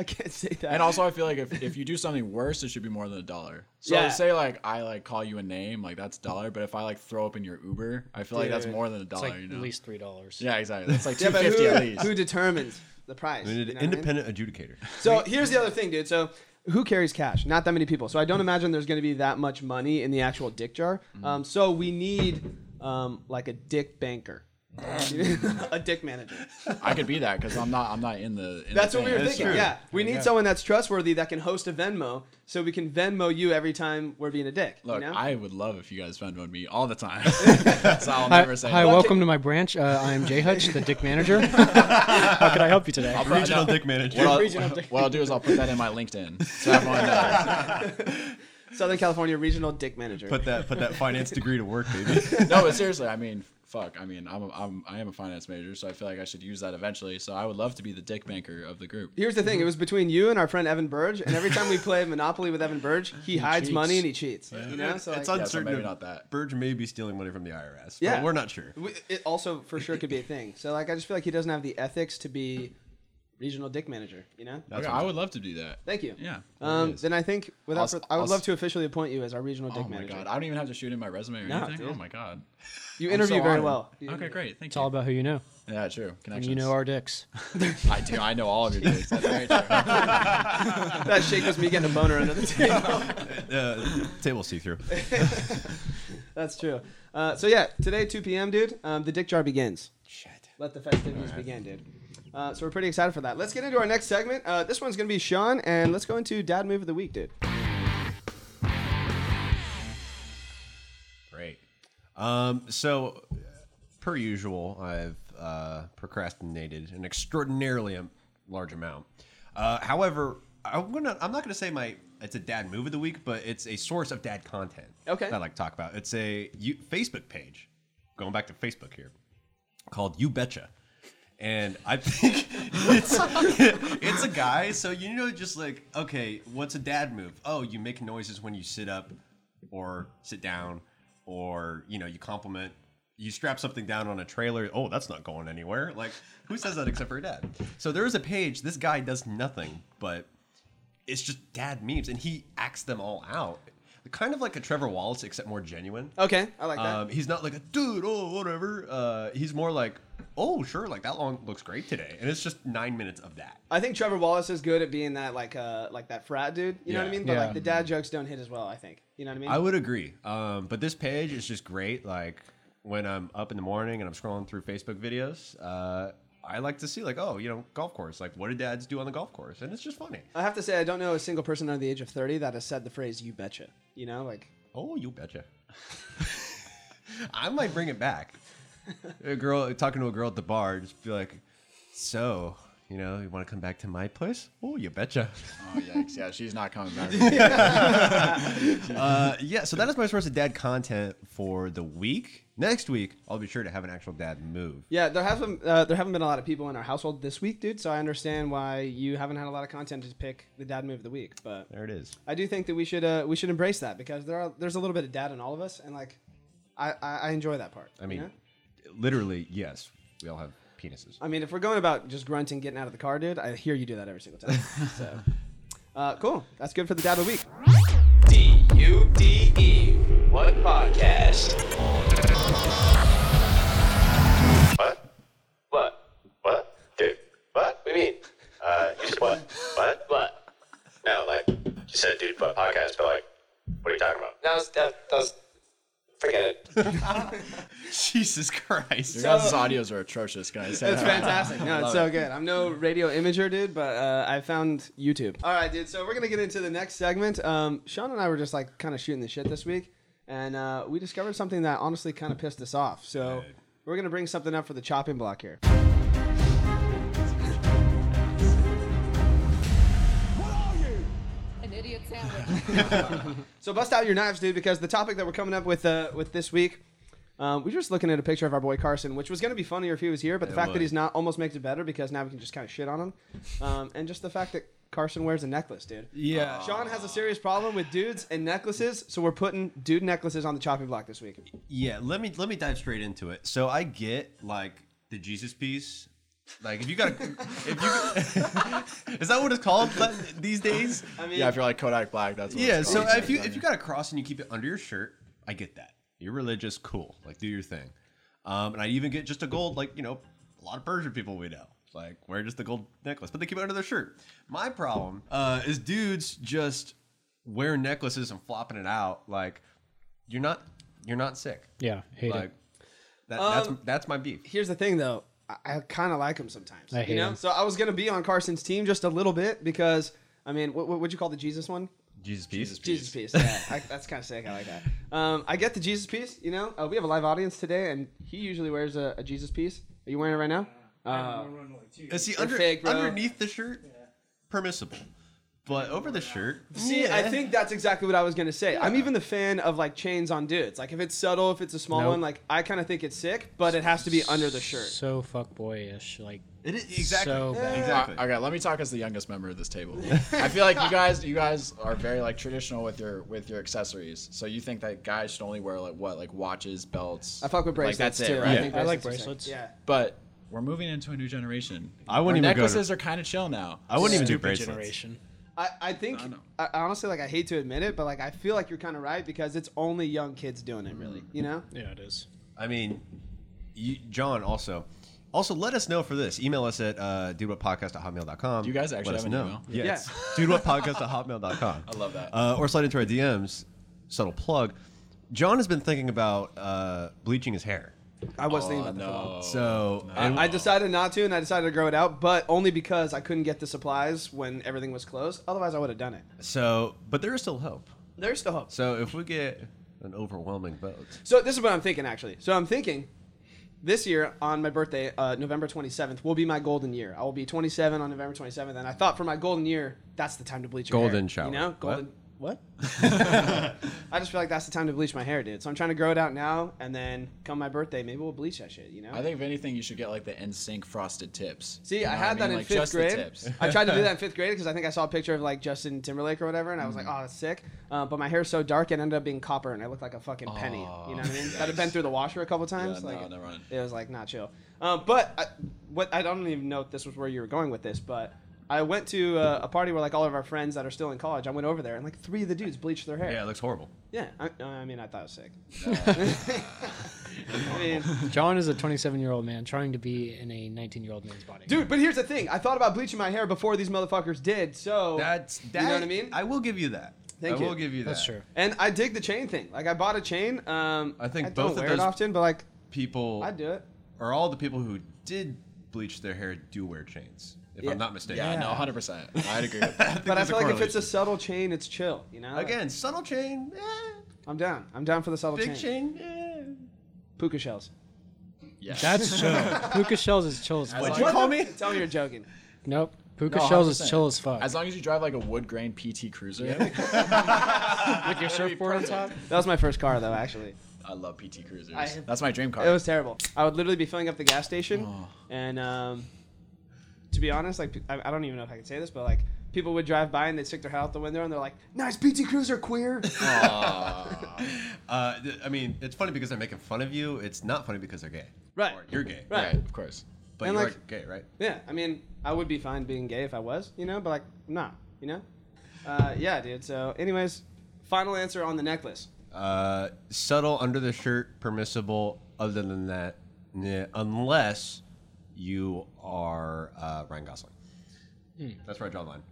[SPEAKER 3] I can't say that.
[SPEAKER 4] And also, I feel like if, if you do something worse, it should be more than a dollar. So
[SPEAKER 3] Yeah.
[SPEAKER 4] say like I like call you a name, like that's a dollar. But if I like throw up in your Uber, I feel like that's
[SPEAKER 3] Dude.
[SPEAKER 4] more than a
[SPEAKER 1] It's
[SPEAKER 4] dollar.
[SPEAKER 1] like
[SPEAKER 4] you know?
[SPEAKER 1] at least three dollars.
[SPEAKER 4] Yeah, exactly. That's like
[SPEAKER 3] Yeah,
[SPEAKER 4] two
[SPEAKER 3] but
[SPEAKER 4] fifty
[SPEAKER 3] who,
[SPEAKER 4] at least.
[SPEAKER 3] who determines the price?
[SPEAKER 5] We need
[SPEAKER 3] you know
[SPEAKER 5] an
[SPEAKER 3] what I mean?
[SPEAKER 5] independent adjudicator.
[SPEAKER 3] So here's the other thing, dude. So who carries cash? Not that many people. So I don't imagine there's going to be that much money in the actual dick jar. Um, so we need um, like a dick banker, a dick manager.
[SPEAKER 4] I could be that because I'm not. I'm not in the. In
[SPEAKER 3] That's
[SPEAKER 4] the
[SPEAKER 3] what we
[SPEAKER 4] thing.
[SPEAKER 3] were
[SPEAKER 5] That's
[SPEAKER 3] thinking.
[SPEAKER 5] true.
[SPEAKER 3] Yeah, we need someone that's trustworthy that can host a Venmo, so we can Venmo you every time we're being a dick. you
[SPEAKER 4] Look,
[SPEAKER 3] know?
[SPEAKER 4] I would love if you guys Venmoed me all the time. so I'll never
[SPEAKER 1] Hi,
[SPEAKER 4] say.
[SPEAKER 1] hi,
[SPEAKER 4] no.
[SPEAKER 1] welcome to my branch. Uh, I am Jay Hutch, the dick manager. How can I help you today?
[SPEAKER 4] I'll pro-
[SPEAKER 5] Regional
[SPEAKER 4] no.
[SPEAKER 5] dick manager.
[SPEAKER 4] What I'll, what I'll do is I'll put that in my LinkedIn. So everyone knows.
[SPEAKER 3] Southern California regional dick manager.
[SPEAKER 5] put that put that finance degree to work, baby.
[SPEAKER 4] No, but seriously, I mean, fuck. I mean, I'm, a, I'm I am a finance major, so I feel like I should use that eventually. So I would love to be the dick banker of the group.
[SPEAKER 3] Here's the thing: it was between you and our friend Evan Burge, and every time we play Monopoly with Evan Burge, he, hides
[SPEAKER 1] cheats.
[SPEAKER 3] money and he cheats. You know, so
[SPEAKER 5] it's
[SPEAKER 3] like,
[SPEAKER 4] Yeah, so
[SPEAKER 5] uncertain.
[SPEAKER 4] maybe
[SPEAKER 5] if
[SPEAKER 4] not that.
[SPEAKER 5] Burge may be stealing money from the IRS. Yeah,
[SPEAKER 3] Yeah.
[SPEAKER 5] we're not sure.
[SPEAKER 3] we- it also for sure could be a thing. So like, I just feel like he doesn't have the ethics to be regional dick manager. You know?
[SPEAKER 5] That's
[SPEAKER 4] Okay,
[SPEAKER 5] what
[SPEAKER 4] I would love to do that.
[SPEAKER 3] Thank you.
[SPEAKER 4] Yeah.
[SPEAKER 3] Um,
[SPEAKER 4] there it is.
[SPEAKER 3] then I think without,
[SPEAKER 4] I'll s-
[SPEAKER 3] fur- I would
[SPEAKER 4] I'll
[SPEAKER 3] love
[SPEAKER 4] s-
[SPEAKER 3] to officially appoint you as our regional dick
[SPEAKER 4] oh my
[SPEAKER 3] manager.
[SPEAKER 4] god, I don't even have to shoot in my resume or
[SPEAKER 3] No,
[SPEAKER 4] anything.
[SPEAKER 3] dude.
[SPEAKER 4] Oh my god.
[SPEAKER 3] You
[SPEAKER 4] I'm
[SPEAKER 3] interview
[SPEAKER 4] so
[SPEAKER 3] very
[SPEAKER 4] honored.
[SPEAKER 3] well. You-
[SPEAKER 4] Okay, great. Thank
[SPEAKER 1] It's all
[SPEAKER 4] you.
[SPEAKER 1] about who you know.
[SPEAKER 4] Yeah, true.
[SPEAKER 1] And
[SPEAKER 4] Connections.
[SPEAKER 1] you know our dicks.
[SPEAKER 4] I do. I know all of your dicks. That's very true. Oh,
[SPEAKER 3] That shake was me getting a boner under the table.
[SPEAKER 5] Uh, table see through.
[SPEAKER 3] That's true. Uh, so yeah, today 2 p.m., dude. Um, the dick jar begins. Shit. Let the festivities begin, dude. Uh, so we're pretty excited for that. Let's get into our next segment. Uh, this one's gonna be Sean, and let's go into Dad Move of the Week, dude.
[SPEAKER 5] Great. Um, so, uh, per usual, I've uh, procrastinated an extraordinarily am- large amount. Uh, however, I'm gonna I'm not gonna say my it's a dad move of the week, but it's a source of dad content.
[SPEAKER 3] Okay.
[SPEAKER 5] that I like to talk about. It's a you, Facebook page. Going back to Facebook here, called You Betcha. And I think it's it's a guy, so you know, just like okay, what's a dad move? Oh, you make noises when you sit up, or sit down, or you know, you compliment, you strap something down on a trailer. Oh, that's not going anywhere. Like, who says that except for a dad? So there is a page. This guy does nothing, but it's just dad memes, and he acts them all out, kind of like a Trevor Wallace, except more genuine.
[SPEAKER 3] Okay, I like that.
[SPEAKER 5] Um, he's not like a dude, oh whatever. Uh, he's more like, oh sure, like that long looks great today, and it's just nine minutes of that.
[SPEAKER 3] I think Trevor Wallace is good at being that like uh like that frat dude. You know what I
[SPEAKER 5] Yeah.
[SPEAKER 3] mean? But
[SPEAKER 1] Yeah.
[SPEAKER 3] like the dad jokes don't hit as well. I think. You know what I mean?
[SPEAKER 5] I would agree. Um, but this page is just great. Like when I'm up in the morning and I'm scrolling through Facebook videos, uh, I like to see like, oh, you know, golf course. Like what do dads do on the golf course? And it's just funny.
[SPEAKER 3] I have to say I don't know a single person under the age of thirty that has said the phrase "you betcha." You know, like
[SPEAKER 5] Oh, you betcha. I might bring it back. A girl talking to a girl at the bar, just be like, so. You know, you want to come back to my place? Oh, you betcha.
[SPEAKER 4] Oh yikes! Yeah, she's not coming back.
[SPEAKER 5] Uh, yeah, so that is my source of dad content for the week. Next week, I'll be sure to have an actual dad move.
[SPEAKER 3] yeah, there haven't uh, there haven't been a lot of people in our household this week, dude. So I understand why you haven't had a lot of content to pick the dad move of the week, but.
[SPEAKER 5] There it is.
[SPEAKER 3] I do think that we should uh, we should embrace that because there are there's a little bit of dad in all of us, and like I I, I enjoy that part.
[SPEAKER 5] I
[SPEAKER 3] you
[SPEAKER 5] mean,
[SPEAKER 3] know?
[SPEAKER 5] literally, yes, we all have penises.
[SPEAKER 3] I mean, if we're going about just grunting, getting out of the car, dude, I hear you do that every single time. so, uh, cool. That's good for the dad of the week.
[SPEAKER 7] D U D E. What podcast? What? What? What? Dude, what? What do you mean? Uh, you said what? What? What? No, like, you said, dude, what podcast, but like, what are you talking about? No, that, that was, forget it.
[SPEAKER 5] Jesus Christ.
[SPEAKER 4] Your guys' audios are atrocious, guys.
[SPEAKER 3] It's fantastic. No, it's so good. I'm no radio imager, dude, but uh, I found YouTube. All right, dude. So we're gonna get into the next segment. Um, Sean and I were just like kind of shooting the shit this week, and uh, we discovered something that honestly kind of pissed us off. So we're gonna bring something up for the chopping block here. So bust out your knives, dude, because the topic that we're coming up with uh, with this week, um, we we're just looking at a picture of our boy Carson, which was going to be funnier if he was here, but the fact that
[SPEAKER 5] would.
[SPEAKER 3] he's not almost makes it better because now we can just kind of shit on him, um, and just the fact that Carson wears a necklace, dude.
[SPEAKER 1] Yeah.
[SPEAKER 3] Sean has a serious problem with dudes and necklaces, so we're putting dude necklaces on the chopping block this week.
[SPEAKER 5] Yeah, let me let me dive straight into it. So I get like the Jesus piece. Like if you got, a, if you is that what it's called like, these days?
[SPEAKER 3] I mean,
[SPEAKER 4] yeah, if you're like Kodak Black, that's what
[SPEAKER 5] Yeah.
[SPEAKER 4] It's
[SPEAKER 5] So
[SPEAKER 4] called.
[SPEAKER 5] if you if you got a cross and you keep it under your shirt, I get that. You're religious, cool. Like do your thing. Um, and I even get just a gold, like you know, a lot of Persian people we know. It's Like wear just the gold necklace, but they keep it under their shirt. My problem uh, is dudes just wear necklaces and flopping it out. Like you're not you're not sick.
[SPEAKER 1] Yeah, hate
[SPEAKER 5] Like
[SPEAKER 1] it.
[SPEAKER 5] that, that's that's my beef.
[SPEAKER 3] here's the thing though i, I kind of like him sometimes
[SPEAKER 1] I
[SPEAKER 3] you
[SPEAKER 1] hate
[SPEAKER 3] know
[SPEAKER 1] him.
[SPEAKER 3] so i was gonna be on carson's team just a little bit because i mean what would you call the jesus one
[SPEAKER 5] Jesus piece.
[SPEAKER 3] jesus piece yeah I, that's kind of sick i like that um, i get the jesus piece you know uh, we have a live audience today and he usually wears a, a jesus piece are you wearing it right now uh,
[SPEAKER 5] Is he under,
[SPEAKER 3] fake, bro.
[SPEAKER 5] underneath the shirt? Permissible, but over the shirt.
[SPEAKER 3] See, I think that's exactly what I was gonna say. I'm even the fan of like chains on dudes. Like if it's subtle, if it's a small
[SPEAKER 1] Nope.
[SPEAKER 3] one, like I kind of think it's sick, but it has to be under the shirt.
[SPEAKER 1] So fuckboyish. Like
[SPEAKER 5] it is exactly
[SPEAKER 1] so bad.
[SPEAKER 5] exactly.
[SPEAKER 4] Uh, okay, let me talk as the youngest member of this table. I feel like you guys, you guys are very like traditional with your with your accessories. So you think that guys should only wear like what, like watches, belts.
[SPEAKER 3] I fuck with bracelets
[SPEAKER 4] Like that's
[SPEAKER 3] too.
[SPEAKER 4] it, right?
[SPEAKER 1] I like
[SPEAKER 3] are sick.
[SPEAKER 1] bracelets.
[SPEAKER 3] Yeah.
[SPEAKER 4] But we're moving into a new generation.
[SPEAKER 5] I wouldn't
[SPEAKER 4] Where
[SPEAKER 5] even go to-
[SPEAKER 4] necklaces are kind of chill now.
[SPEAKER 5] I wouldn't even do
[SPEAKER 1] Stupid
[SPEAKER 5] bracelets.
[SPEAKER 1] generation.
[SPEAKER 3] I, I think
[SPEAKER 4] know.
[SPEAKER 3] I, I honestly like I hate to admit it, but like I feel like you're kind of right because it's only young kids doing it, really. You know?
[SPEAKER 1] Yeah, it is.
[SPEAKER 5] I mean, you, John also. Also, let us know for this. Email us at uh, dudewhatpodcast.hotmail.com.
[SPEAKER 4] Do you guys actually
[SPEAKER 5] let us
[SPEAKER 4] have an
[SPEAKER 5] know.
[SPEAKER 4] email?
[SPEAKER 5] Yeah. Yes. dudewhatpodcast.hotmail.com. I
[SPEAKER 4] love that.
[SPEAKER 5] Uh, or slide into our DMs. Subtle plug. John has been thinking about uh, bleaching his hair.
[SPEAKER 3] I was thinking
[SPEAKER 4] Oh,
[SPEAKER 3] about that. for a while.
[SPEAKER 4] no.
[SPEAKER 5] So, uh, and-
[SPEAKER 3] I decided not to, and I decided to grow it out, but only because I couldn't get the supplies when everything was closed. Otherwise, I would have done it.
[SPEAKER 5] so, but there is still hope.
[SPEAKER 3] There's still hope.
[SPEAKER 5] So if we get an overwhelming vote,
[SPEAKER 3] So this is what I'm thinking, actually. So I'm thinking this year on my birthday, uh, November 27th, will be my golden year. I will be 27 on November 27th, and I thought for my golden year, that's the time to bleach your
[SPEAKER 5] Golden
[SPEAKER 3] hair.
[SPEAKER 5] shower.
[SPEAKER 3] You know,
[SPEAKER 5] What?
[SPEAKER 3] golden. What? I just feel like that's the time to bleach my hair, dude. So I'm trying to grow it out now, and then come my birthday, maybe we'll bleach that shit. You know.
[SPEAKER 4] I think if anything, you should get like the NSYNC frosted tips.
[SPEAKER 3] See,
[SPEAKER 4] You know
[SPEAKER 3] I
[SPEAKER 4] what
[SPEAKER 3] had that
[SPEAKER 4] mean?
[SPEAKER 3] in
[SPEAKER 4] Like,
[SPEAKER 3] fifth
[SPEAKER 4] just the
[SPEAKER 3] grade.
[SPEAKER 4] tips.
[SPEAKER 3] I tried to do that in fifth grade because I think I saw a picture of like Justin Timberlake or whatever, and I was
[SPEAKER 4] Mm-hmm.
[SPEAKER 3] like, "Oh, that's sick." Uh, but my hair's so dark, it ended up being copper, and I looked like a fucking penny. You know what I mean? That had been through the washer a couple times.
[SPEAKER 4] Yeah,
[SPEAKER 3] like,
[SPEAKER 4] no, never mind.
[SPEAKER 3] It was like not chill. Um, but I, what I don't even know if this was where you were going with this, but I went to uh, a party where like all of our friends that are still in college. I went over there, and like three of the dudes bleached their hair.
[SPEAKER 5] it looks horrible.
[SPEAKER 3] Yeah, I, I mean, I thought it was sick. I mean,
[SPEAKER 1] John is a 27 year old man trying to be in a 19 year old man's body.
[SPEAKER 3] dude, but here's the thing. I thought about bleaching my hair before these motherfuckers did. So
[SPEAKER 5] That's that,
[SPEAKER 3] you know what I mean.
[SPEAKER 5] I will give you that.
[SPEAKER 3] Thank
[SPEAKER 5] I
[SPEAKER 3] you.
[SPEAKER 5] will give you that.
[SPEAKER 1] that's true.
[SPEAKER 3] And I dig the chain thing. Like I bought a chain. Um,
[SPEAKER 5] I think
[SPEAKER 3] I
[SPEAKER 5] both
[SPEAKER 3] don't
[SPEAKER 5] of
[SPEAKER 3] wear
[SPEAKER 5] those-
[SPEAKER 3] it often, but like
[SPEAKER 5] People
[SPEAKER 3] I do it.
[SPEAKER 5] or all the people who did bleach their hair do wear chains, if
[SPEAKER 3] Yeah.
[SPEAKER 5] I'm not mistaken.
[SPEAKER 4] Yeah, no, hundred percent. I'd agree with that.
[SPEAKER 3] But I
[SPEAKER 5] there's a
[SPEAKER 3] feel like if it's a
[SPEAKER 5] correlation.
[SPEAKER 3] subtle chain, it's chill. You know. Like,
[SPEAKER 5] Again, subtle chain, eh,
[SPEAKER 3] I'm down. I'm down for the subtle
[SPEAKER 5] big
[SPEAKER 3] chain.
[SPEAKER 5] chain. eh.
[SPEAKER 3] Puka shells.
[SPEAKER 4] Yes.
[SPEAKER 1] That's chill. Puka shells is chill as
[SPEAKER 4] As
[SPEAKER 1] fuck.
[SPEAKER 4] long-
[SPEAKER 5] Call me.
[SPEAKER 3] Tell me you're joking.
[SPEAKER 1] Nope. Puka
[SPEAKER 4] No,
[SPEAKER 1] shells is
[SPEAKER 4] 100%.
[SPEAKER 1] chill as fuck.
[SPEAKER 4] As long as you drive like a wood grain PT Cruiser.
[SPEAKER 1] With your surfboard on top.
[SPEAKER 3] That was my first car though. Actually,
[SPEAKER 4] I love PT Cruisers.
[SPEAKER 3] I-
[SPEAKER 4] That's my dream car.
[SPEAKER 3] it was terrible. I would literally be filling up the gas station,
[SPEAKER 5] Oh.
[SPEAKER 3] and um, to be honest, like I, I don't even know if I can say this, but like people would drive by and they'd stick their head out the window and they're like, "Nice PT Cruiser, queer."
[SPEAKER 5] Uh, th- I mean, it's funny because they're making fun of you. It's not funny because they're gay.
[SPEAKER 3] Right.
[SPEAKER 5] Or you're gay.
[SPEAKER 3] Right.
[SPEAKER 4] right, of course.
[SPEAKER 5] But
[SPEAKER 3] And
[SPEAKER 5] you are
[SPEAKER 3] like-
[SPEAKER 5] gay, right?
[SPEAKER 3] Yeah, I mean, I would be fine being gay if I was, you know, but like, nah, you know? Uh, yeah, dude. So, anyways, final answer on the necklace.
[SPEAKER 5] Uh, subtle under the shirt, permissible. Other than that, nah, unless you are uh, Ryan Gosling.
[SPEAKER 1] Hmm.
[SPEAKER 5] That's where I draw the line.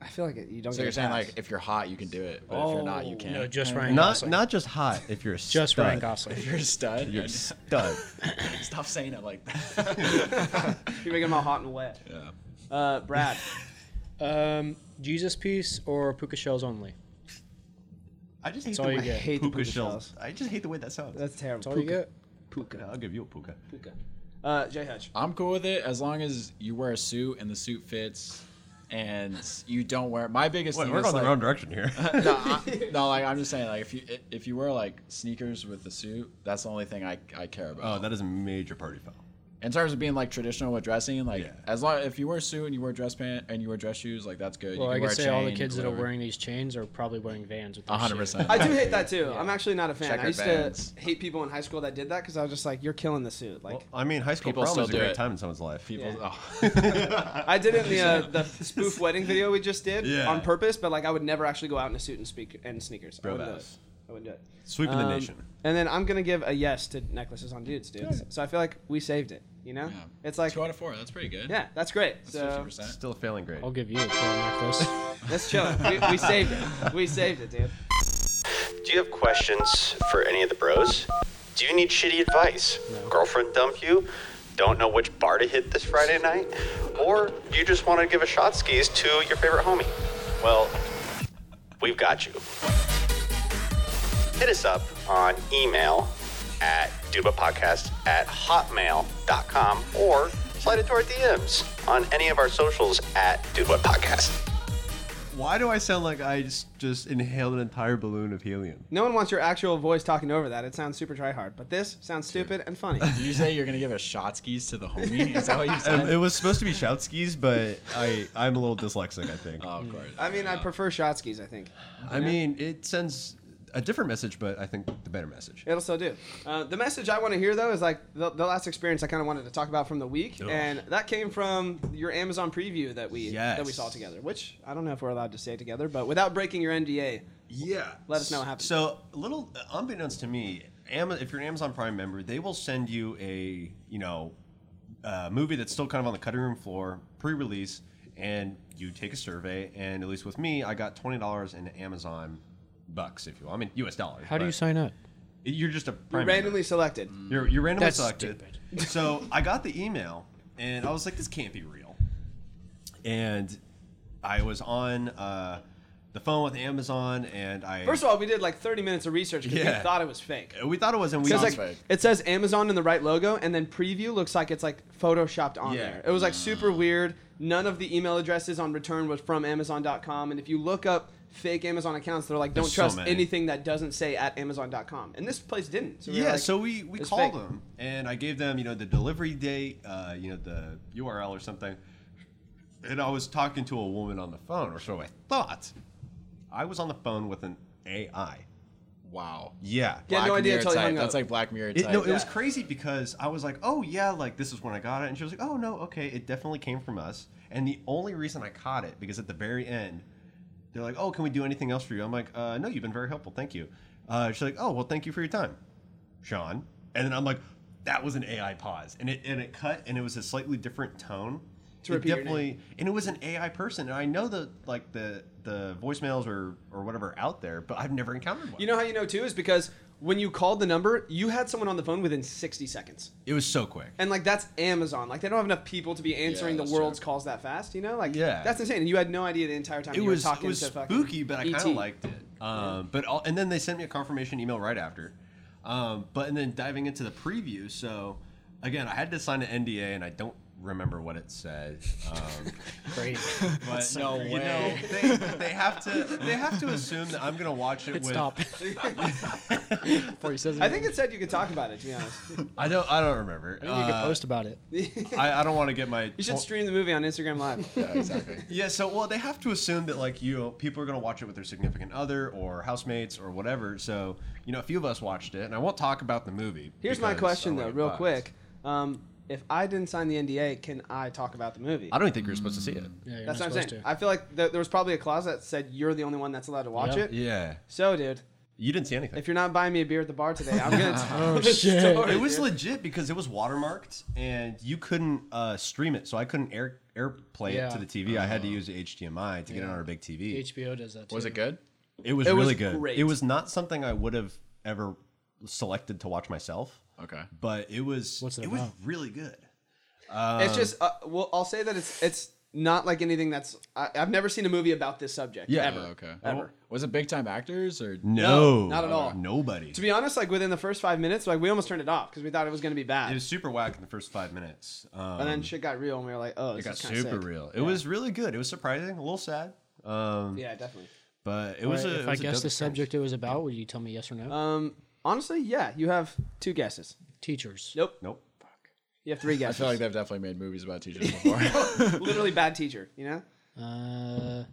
[SPEAKER 3] I feel like it, you don't
[SPEAKER 4] So
[SPEAKER 3] get
[SPEAKER 4] you're
[SPEAKER 3] a
[SPEAKER 4] saying
[SPEAKER 3] pass.
[SPEAKER 4] like if you're hot, you can do it, but if you're not, you can't.
[SPEAKER 1] No, just Ryan
[SPEAKER 5] Not
[SPEAKER 1] Gosling.
[SPEAKER 5] not just hot. If you're a
[SPEAKER 1] just
[SPEAKER 5] stud.
[SPEAKER 1] Ryan Gosling.
[SPEAKER 4] if you're a
[SPEAKER 5] You're
[SPEAKER 4] stud,
[SPEAKER 5] a
[SPEAKER 4] yeah, just
[SPEAKER 5] stud.
[SPEAKER 4] stop saying it like that.
[SPEAKER 3] you're making them all hot and wet.
[SPEAKER 4] Yeah.
[SPEAKER 3] Uh, Brad,
[SPEAKER 1] Um, Jesus piece or puka shells only?
[SPEAKER 5] I just hate
[SPEAKER 1] all
[SPEAKER 5] the
[SPEAKER 1] you
[SPEAKER 5] way
[SPEAKER 1] get. I
[SPEAKER 3] hate the
[SPEAKER 5] puka,
[SPEAKER 3] puka
[SPEAKER 5] shells.
[SPEAKER 3] shells.
[SPEAKER 5] I just hate the way that sounds.
[SPEAKER 3] that's terrible.
[SPEAKER 1] That's all you get.
[SPEAKER 5] Yeah, I'll give you a puka.
[SPEAKER 3] Puka. Uh, Jay Hutch.
[SPEAKER 4] I'm cool with it as long as you wear a suit and the suit fits. and you don't wear. My biggest
[SPEAKER 5] Wait,
[SPEAKER 4] thing
[SPEAKER 5] we're
[SPEAKER 4] is
[SPEAKER 5] going
[SPEAKER 4] like,
[SPEAKER 5] the wrong direction here.
[SPEAKER 4] no, I, no, like I'm just saying, like if you if you wear like sneakers with the suit, that's the only thing I, I care about.
[SPEAKER 5] oh, that is a major party foul.
[SPEAKER 4] In terms of being like traditional with dressing, like
[SPEAKER 5] Yeah.
[SPEAKER 4] as long if you wear a suit and you wear dress pant and you wear dress shoes, like that's good.
[SPEAKER 1] Well,
[SPEAKER 4] you
[SPEAKER 1] I
[SPEAKER 4] wear
[SPEAKER 1] can
[SPEAKER 4] a
[SPEAKER 1] say all the
[SPEAKER 4] chain,
[SPEAKER 1] kids that are
[SPEAKER 4] whatever.
[SPEAKER 1] wearing these chains are probably wearing Vans with.
[SPEAKER 4] A
[SPEAKER 1] their
[SPEAKER 4] hundred
[SPEAKER 1] shoe.
[SPEAKER 4] percent.
[SPEAKER 3] I do hate that too. I'm actually not a fan. I
[SPEAKER 4] Checkered
[SPEAKER 3] used
[SPEAKER 4] Vans.
[SPEAKER 3] to hate people in high school that did that because I was just like, "You're killing the suit." Like,
[SPEAKER 5] Well, I mean, high school
[SPEAKER 4] People
[SPEAKER 5] prom
[SPEAKER 4] still
[SPEAKER 5] is a
[SPEAKER 4] do
[SPEAKER 5] great
[SPEAKER 4] it.
[SPEAKER 5] time in someone's life.
[SPEAKER 4] People,
[SPEAKER 3] Yeah.
[SPEAKER 4] oh,
[SPEAKER 3] I did it in the uh, the spoof wedding video we just did
[SPEAKER 5] Yeah.
[SPEAKER 3] on purpose, but like I would never actually go out in a suit and speak and sneakers. I
[SPEAKER 5] Bro
[SPEAKER 3] wouldn't do it.
[SPEAKER 5] ass.
[SPEAKER 3] I wouldn't do it.
[SPEAKER 5] Sweeping
[SPEAKER 3] Um,
[SPEAKER 5] the nation.
[SPEAKER 3] And then I'm gonna give a yes to necklaces on dudes, dude. So I feel like we saved it. You know,
[SPEAKER 4] yeah.
[SPEAKER 3] it's like
[SPEAKER 4] two out of four. That's pretty good.
[SPEAKER 3] yeah, that's great. so
[SPEAKER 4] 50%.
[SPEAKER 5] Still a failing grade.
[SPEAKER 1] I'll give you a pearl necklace.
[SPEAKER 3] that's chill. we, we saved it. We saved it, dude.
[SPEAKER 7] Do you have questions for any of the bros? Do you need shitty advice? Girlfriend dump you? Don't know which bar to hit this Friday night? Or you just want to give a shot skis to your favorite homie? Well, we've got you. Hit us up on email at dubapodcast at hotmail.com or slide into our DMs on any of our socials at Dubapodcast. Podcast.
[SPEAKER 5] Why do I sound like I just, just inhaled an entire balloon of helium?
[SPEAKER 3] No one wants your actual voice talking over that. It sounds super try hard, but this sounds stupid and funny.
[SPEAKER 4] Did you say you're gonna give a shot skis to the homie? Is that what you said?
[SPEAKER 5] Um, it was supposed to be shout skis, but I, I'm a little dyslexic, I think.
[SPEAKER 4] oh,
[SPEAKER 3] Mm.
[SPEAKER 4] of course.
[SPEAKER 3] I mean, I prefer shot skis. I think
[SPEAKER 5] I mean, it sends a different message, but I think the better message.
[SPEAKER 3] it'll still do. Uh, the message I want to hear though is like the, the last experience I kind of wanted to talk about from the week,
[SPEAKER 5] Ugh.
[SPEAKER 3] and that came from your Amazon preview that we that we
[SPEAKER 5] Yes.
[SPEAKER 3] saw together. Which I don't know if we're allowed to say together, but without breaking your NDA,
[SPEAKER 5] Yeah.
[SPEAKER 3] Let us know what happened.
[SPEAKER 5] So, a little unbeknownst to me, Ama- if you're an Amazon Prime member, they will send you a, you know, uh, movie that's still kind of on the cutting room floor, pre-release, and you take a survey. And at least with me, I got twenty dollars in Amazon bucks, if you will. I mean, U.S. dollars.
[SPEAKER 1] How do you
[SPEAKER 5] but
[SPEAKER 1] sign up?
[SPEAKER 5] You're just a
[SPEAKER 3] you're
[SPEAKER 5] prime member.
[SPEAKER 3] randomly selected.
[SPEAKER 5] You're, you're randomly
[SPEAKER 1] That's
[SPEAKER 5] selected. So I got the email and I was like, this can't be real. And I was on uh, the phone with Amazon and I.
[SPEAKER 3] First of all, we did like 30 minutes of research because
[SPEAKER 5] Yeah.
[SPEAKER 3] we thought it was fake.
[SPEAKER 5] all, we thought it was, and we.
[SPEAKER 3] Because
[SPEAKER 4] Sounds
[SPEAKER 3] like
[SPEAKER 4] fake.
[SPEAKER 3] it says Amazon in the right logo, and then preview looks like it's like photoshopped on
[SPEAKER 5] Yeah.
[SPEAKER 3] there. It was like super weird. None of the email addresses on return was from Amazon.com, and if you look up fake Amazon accounts, they're like, don't
[SPEAKER 5] There's so
[SPEAKER 3] trust
[SPEAKER 5] many.
[SPEAKER 3] anything that doesn't say at Amazon.com, and this place didn't. So we were
[SPEAKER 5] yeah,
[SPEAKER 3] like,
[SPEAKER 5] so we, we
[SPEAKER 3] it's
[SPEAKER 5] called
[SPEAKER 3] fake.
[SPEAKER 5] them and I gave them, you know, the delivery date, uh, you know, the URL or something. And I was talking to a woman on the phone, or so I thought. I was on the phone with an AI.
[SPEAKER 4] Wow.
[SPEAKER 5] Yeah.
[SPEAKER 3] Yeah, no
[SPEAKER 4] Black
[SPEAKER 3] idea
[SPEAKER 4] Mirror
[SPEAKER 3] until you
[SPEAKER 4] type.
[SPEAKER 3] hung up.
[SPEAKER 4] That's like Black Mirror
[SPEAKER 5] It,
[SPEAKER 4] type.
[SPEAKER 5] no, it was
[SPEAKER 3] Yeah.
[SPEAKER 5] crazy because I was like, "Oh yeah, like this is when I got it," and she was like, "Oh no, okay, it definitely came from us." And the only reason I caught it because at the very end, they're like, "Oh, can we do anything else for you?" I'm like, uh, "No, you've been very helpful, thank you." Uh, she's like, "Oh well, thank you for your time, Sean." And then I'm like, "That was an AI pause," and it and it cut, and it was a slightly different tone.
[SPEAKER 3] To
[SPEAKER 5] It
[SPEAKER 3] repeat your
[SPEAKER 5] and it was an AI person, and I know the like the the voicemails or or whatever are out there, but I've never encountered one.
[SPEAKER 3] you know how you know too is because when you called the number, you had someone on the phone within 60 seconds,
[SPEAKER 5] it was so quick.
[SPEAKER 3] and like that's Amazon. Like they don't have enough people to be answering the
[SPEAKER 4] that's
[SPEAKER 3] world's
[SPEAKER 4] true.
[SPEAKER 3] calls that fast. You know, like
[SPEAKER 5] Yeah.
[SPEAKER 3] that's insane. And you had no idea the entire time
[SPEAKER 5] it
[SPEAKER 3] you
[SPEAKER 5] was
[SPEAKER 3] were talking
[SPEAKER 5] it was
[SPEAKER 3] to fucking E
[SPEAKER 5] spooky, but I kind
[SPEAKER 3] ET.
[SPEAKER 5] of liked it. Um, But all, and then they sent me a confirmation email right after. Um, but and then diving into the preview, so again, I had to sign an NDA, and I don't remember what it said. Um,
[SPEAKER 1] Great.
[SPEAKER 5] but
[SPEAKER 4] no
[SPEAKER 5] you
[SPEAKER 4] way.
[SPEAKER 5] know, they, they have to they have to assume that I'm gonna watch it. with,
[SPEAKER 1] Stop. Before he says
[SPEAKER 3] I
[SPEAKER 1] anything.
[SPEAKER 3] think it said you could talk about it. To be honest,
[SPEAKER 5] I don't I don't remember.
[SPEAKER 1] I think you could
[SPEAKER 5] Uh,
[SPEAKER 1] post about it.
[SPEAKER 5] I, I don't want to get my
[SPEAKER 3] you should stream the movie on Instagram Live.
[SPEAKER 4] yeah, exactly.
[SPEAKER 5] Yeah, so well, they have to assume that like you know, people are gonna watch it with their significant other or housemates or whatever. So you know, a few of us watched it, and I won't talk about the movie.
[SPEAKER 3] Here's my
[SPEAKER 5] because
[SPEAKER 3] question
[SPEAKER 5] I don't
[SPEAKER 3] though, real
[SPEAKER 5] wanna get
[SPEAKER 3] quick.
[SPEAKER 5] biased.
[SPEAKER 3] Um, if I didn't sign the NDA, can I talk about the movie?
[SPEAKER 5] I don't think you're supposed to see it.
[SPEAKER 1] Yeah, you're
[SPEAKER 3] That's
[SPEAKER 1] not
[SPEAKER 3] what I'm
[SPEAKER 1] supposed
[SPEAKER 3] saying.
[SPEAKER 1] to.
[SPEAKER 3] I feel like th- there was probably a clause that said you're the only one that's allowed to watch
[SPEAKER 1] Yeah.
[SPEAKER 3] it.
[SPEAKER 5] Yeah,
[SPEAKER 3] So, dude,
[SPEAKER 5] you didn't see anything.
[SPEAKER 3] if you're not buying me a beer at the bar today, I'm gonna tell
[SPEAKER 1] Oh,
[SPEAKER 3] the
[SPEAKER 1] shit.
[SPEAKER 3] story.
[SPEAKER 5] it was
[SPEAKER 3] dude.
[SPEAKER 5] legit because it was watermarked, and you couldn't uh, stream it, so I couldn't air airplay
[SPEAKER 1] Yeah.
[SPEAKER 5] it to the TV. I
[SPEAKER 1] Oh.
[SPEAKER 5] had to use HDMI to get it on our big TV.
[SPEAKER 1] HBO does that. Too.
[SPEAKER 4] Was it good?
[SPEAKER 5] it was
[SPEAKER 3] It was
[SPEAKER 5] really good.
[SPEAKER 3] great.
[SPEAKER 5] It was not something I would have ever selected to watch myself,
[SPEAKER 4] Okay.
[SPEAKER 5] but it was
[SPEAKER 1] What's it
[SPEAKER 5] it was
[SPEAKER 1] about?
[SPEAKER 5] really good.
[SPEAKER 4] Um,
[SPEAKER 3] it's just uh, well, I'll say that it's it's not like anything that's I, I've never seen a movie about this subject.
[SPEAKER 4] Yeah.
[SPEAKER 3] ever.
[SPEAKER 4] Uh, Okay.
[SPEAKER 3] Ever.
[SPEAKER 4] Was it big time actors or?
[SPEAKER 5] No,
[SPEAKER 3] not at all.
[SPEAKER 5] Nobody.
[SPEAKER 3] To be honest, like within the first five minutes, like we almost turned it off because we thought it was going to be bad,
[SPEAKER 5] it was super whack in the first five minutes. Um,
[SPEAKER 3] and then shit got real, and we were like, oh, this
[SPEAKER 5] it got
[SPEAKER 3] is kinda
[SPEAKER 5] super
[SPEAKER 3] sick.
[SPEAKER 5] real. It was really good. It was surprising, a little sad, um,
[SPEAKER 3] Yeah, definitely.
[SPEAKER 5] but it was.
[SPEAKER 1] Right,
[SPEAKER 5] a,
[SPEAKER 1] if
[SPEAKER 5] it
[SPEAKER 1] I
[SPEAKER 5] was a
[SPEAKER 1] guess
[SPEAKER 5] dope
[SPEAKER 1] the
[SPEAKER 5] experience.
[SPEAKER 1] subject it was about, would you tell me yes or no?
[SPEAKER 3] Um, honestly, yeah, you have two guesses.
[SPEAKER 1] Teachers.
[SPEAKER 3] Nope,
[SPEAKER 5] Nope.
[SPEAKER 3] you have three
[SPEAKER 4] I
[SPEAKER 3] guesses.
[SPEAKER 4] feel like they've definitely made movies about teachers before.
[SPEAKER 3] literally bad teacher. You know,
[SPEAKER 1] Uh,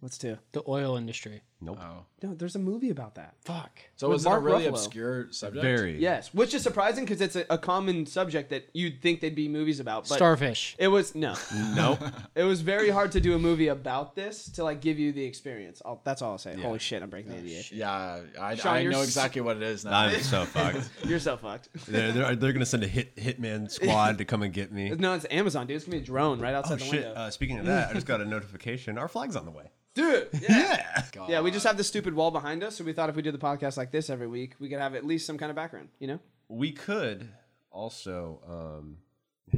[SPEAKER 3] what's two?
[SPEAKER 1] the oil industry.
[SPEAKER 5] Nope.
[SPEAKER 3] No, there's a movie about that.
[SPEAKER 1] Fuck.
[SPEAKER 4] so
[SPEAKER 3] With
[SPEAKER 4] was it a
[SPEAKER 3] Mark
[SPEAKER 4] really
[SPEAKER 3] Ruffalo.
[SPEAKER 4] obscure subject?
[SPEAKER 5] Very.
[SPEAKER 3] Yes, which is surprising because it's a, a common subject that you'd think they'd be movies about. But
[SPEAKER 1] Starfish.
[SPEAKER 3] It was no.
[SPEAKER 5] Nope.
[SPEAKER 3] It was very hard to do a movie about this to like give you the experience. I'll, that's all I'll say. Holy shit, I'm
[SPEAKER 5] Oh,
[SPEAKER 3] breaking the NDA.
[SPEAKER 4] Yeah, I,
[SPEAKER 3] Sean,
[SPEAKER 4] I
[SPEAKER 3] you're
[SPEAKER 4] know
[SPEAKER 3] s-
[SPEAKER 4] exactly what it is now.
[SPEAKER 5] I'm so fucked.
[SPEAKER 3] You're so fucked.
[SPEAKER 5] They're, they're, they're gonna send a hit hitman squad to come and get me.
[SPEAKER 3] No, it's Amazon, dude. It's gonna be a drone right outside
[SPEAKER 5] Oh
[SPEAKER 3] the
[SPEAKER 5] shit!
[SPEAKER 3] window.
[SPEAKER 5] Uh, speaking of that, I just got a notification. Our flag's on the way.
[SPEAKER 3] dude. Yeah.
[SPEAKER 5] Yeah.
[SPEAKER 4] God.
[SPEAKER 3] Yeah, we just have this stupid wall behind us, so we thought if we did the podcast like this every week, we could have at least some kind of background, you know?
[SPEAKER 5] We could also um,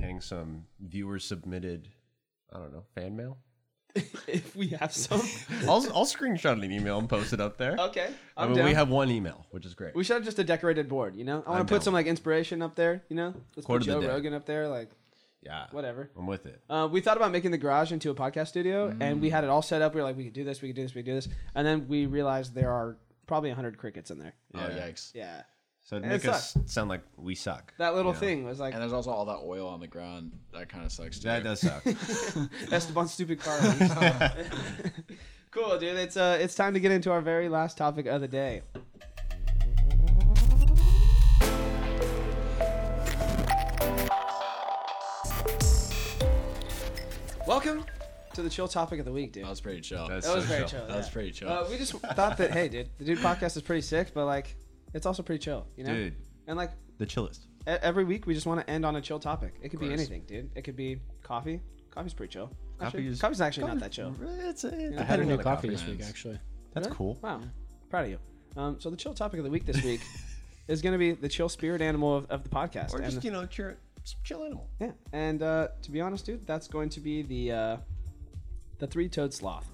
[SPEAKER 5] hang some viewer submitted. I don't know fan mail.
[SPEAKER 3] If we have some.
[SPEAKER 5] I'll I'll screenshot an email and post it up there.
[SPEAKER 3] Okay.
[SPEAKER 5] I
[SPEAKER 3] I'm
[SPEAKER 5] mean,
[SPEAKER 3] down.
[SPEAKER 5] we have one email, which is great.
[SPEAKER 3] We should have just a decorated board, you know? I
[SPEAKER 5] I'm
[SPEAKER 3] want to put
[SPEAKER 5] down.
[SPEAKER 3] some like inspiration up there, you know? Let's put
[SPEAKER 5] Quote of the
[SPEAKER 3] Joe
[SPEAKER 5] day.
[SPEAKER 3] Rogan up there, like
[SPEAKER 5] yeah.
[SPEAKER 3] whatever.
[SPEAKER 5] I'm with it.
[SPEAKER 3] Uh, we thought about making the garage into a podcast studio, and we had it all set up. We were like, we could do this, we could do this, we could do this, and then we realized there are probably hundred crickets in there.
[SPEAKER 4] Oh yikes!
[SPEAKER 3] Yeah,
[SPEAKER 5] So it'd
[SPEAKER 3] And
[SPEAKER 5] make
[SPEAKER 3] it
[SPEAKER 5] us sound like we suck.
[SPEAKER 3] that little
[SPEAKER 5] Yeah.
[SPEAKER 3] thing was like
[SPEAKER 4] And there's also all that oil on the ground. That kind of sucks too.
[SPEAKER 5] That does suck.
[SPEAKER 3] Esteban's stupid car. owners. cool, dude. It's uh, it's time to get into our very last topic of the day. Welcome to the chill topic of the week, dude.
[SPEAKER 4] That was pretty chill.
[SPEAKER 5] That's
[SPEAKER 3] That was
[SPEAKER 5] so
[SPEAKER 3] very
[SPEAKER 5] chill.
[SPEAKER 3] chill.
[SPEAKER 4] That was pretty chill.
[SPEAKER 3] Uh, we just thought that, hey, dude, the dude podcast is pretty sick, but like, it's also pretty chill, you know.
[SPEAKER 5] Dude.
[SPEAKER 3] And like
[SPEAKER 5] The chillest.
[SPEAKER 3] e- every week, we just want to end on a chill topic. It could be
[SPEAKER 4] course.
[SPEAKER 3] anything, dude. It could be coffee. Coffee's pretty chill. Actually,
[SPEAKER 5] Coffee is-
[SPEAKER 3] coffee's actually not that chill.
[SPEAKER 5] It's a, it
[SPEAKER 1] I had a
[SPEAKER 5] depends
[SPEAKER 1] new
[SPEAKER 5] on the
[SPEAKER 1] coffee, this week,
[SPEAKER 5] man.
[SPEAKER 1] actually.
[SPEAKER 5] That's cool.
[SPEAKER 3] Wow, proud of you. Um, so the chill topic of the week this week is going to be the chill spirit animal of, of the podcast.
[SPEAKER 5] Or
[SPEAKER 3] and,
[SPEAKER 5] just you know, chill, chill animal.
[SPEAKER 3] yeah, and uh, to be honest, dude, that's going to be the uh, the three-toed sloth.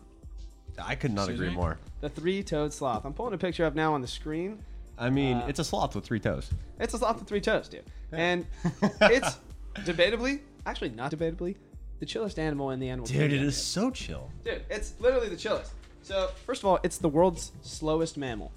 [SPEAKER 5] I could not agree
[SPEAKER 4] me?
[SPEAKER 5] more.
[SPEAKER 3] The three-toed sloth. I'm pulling a picture up now on the screen.
[SPEAKER 5] I mean, it's a sloth with three toes.
[SPEAKER 3] It's a sloth with three toes, dude. And it's debatably, actually not debatably, the chillest animal in the animal
[SPEAKER 5] Dude,
[SPEAKER 3] kingdom.
[SPEAKER 5] it is so chill.
[SPEAKER 3] Dude, it's literally the chillest. So first of all, it's the world's slowest mammal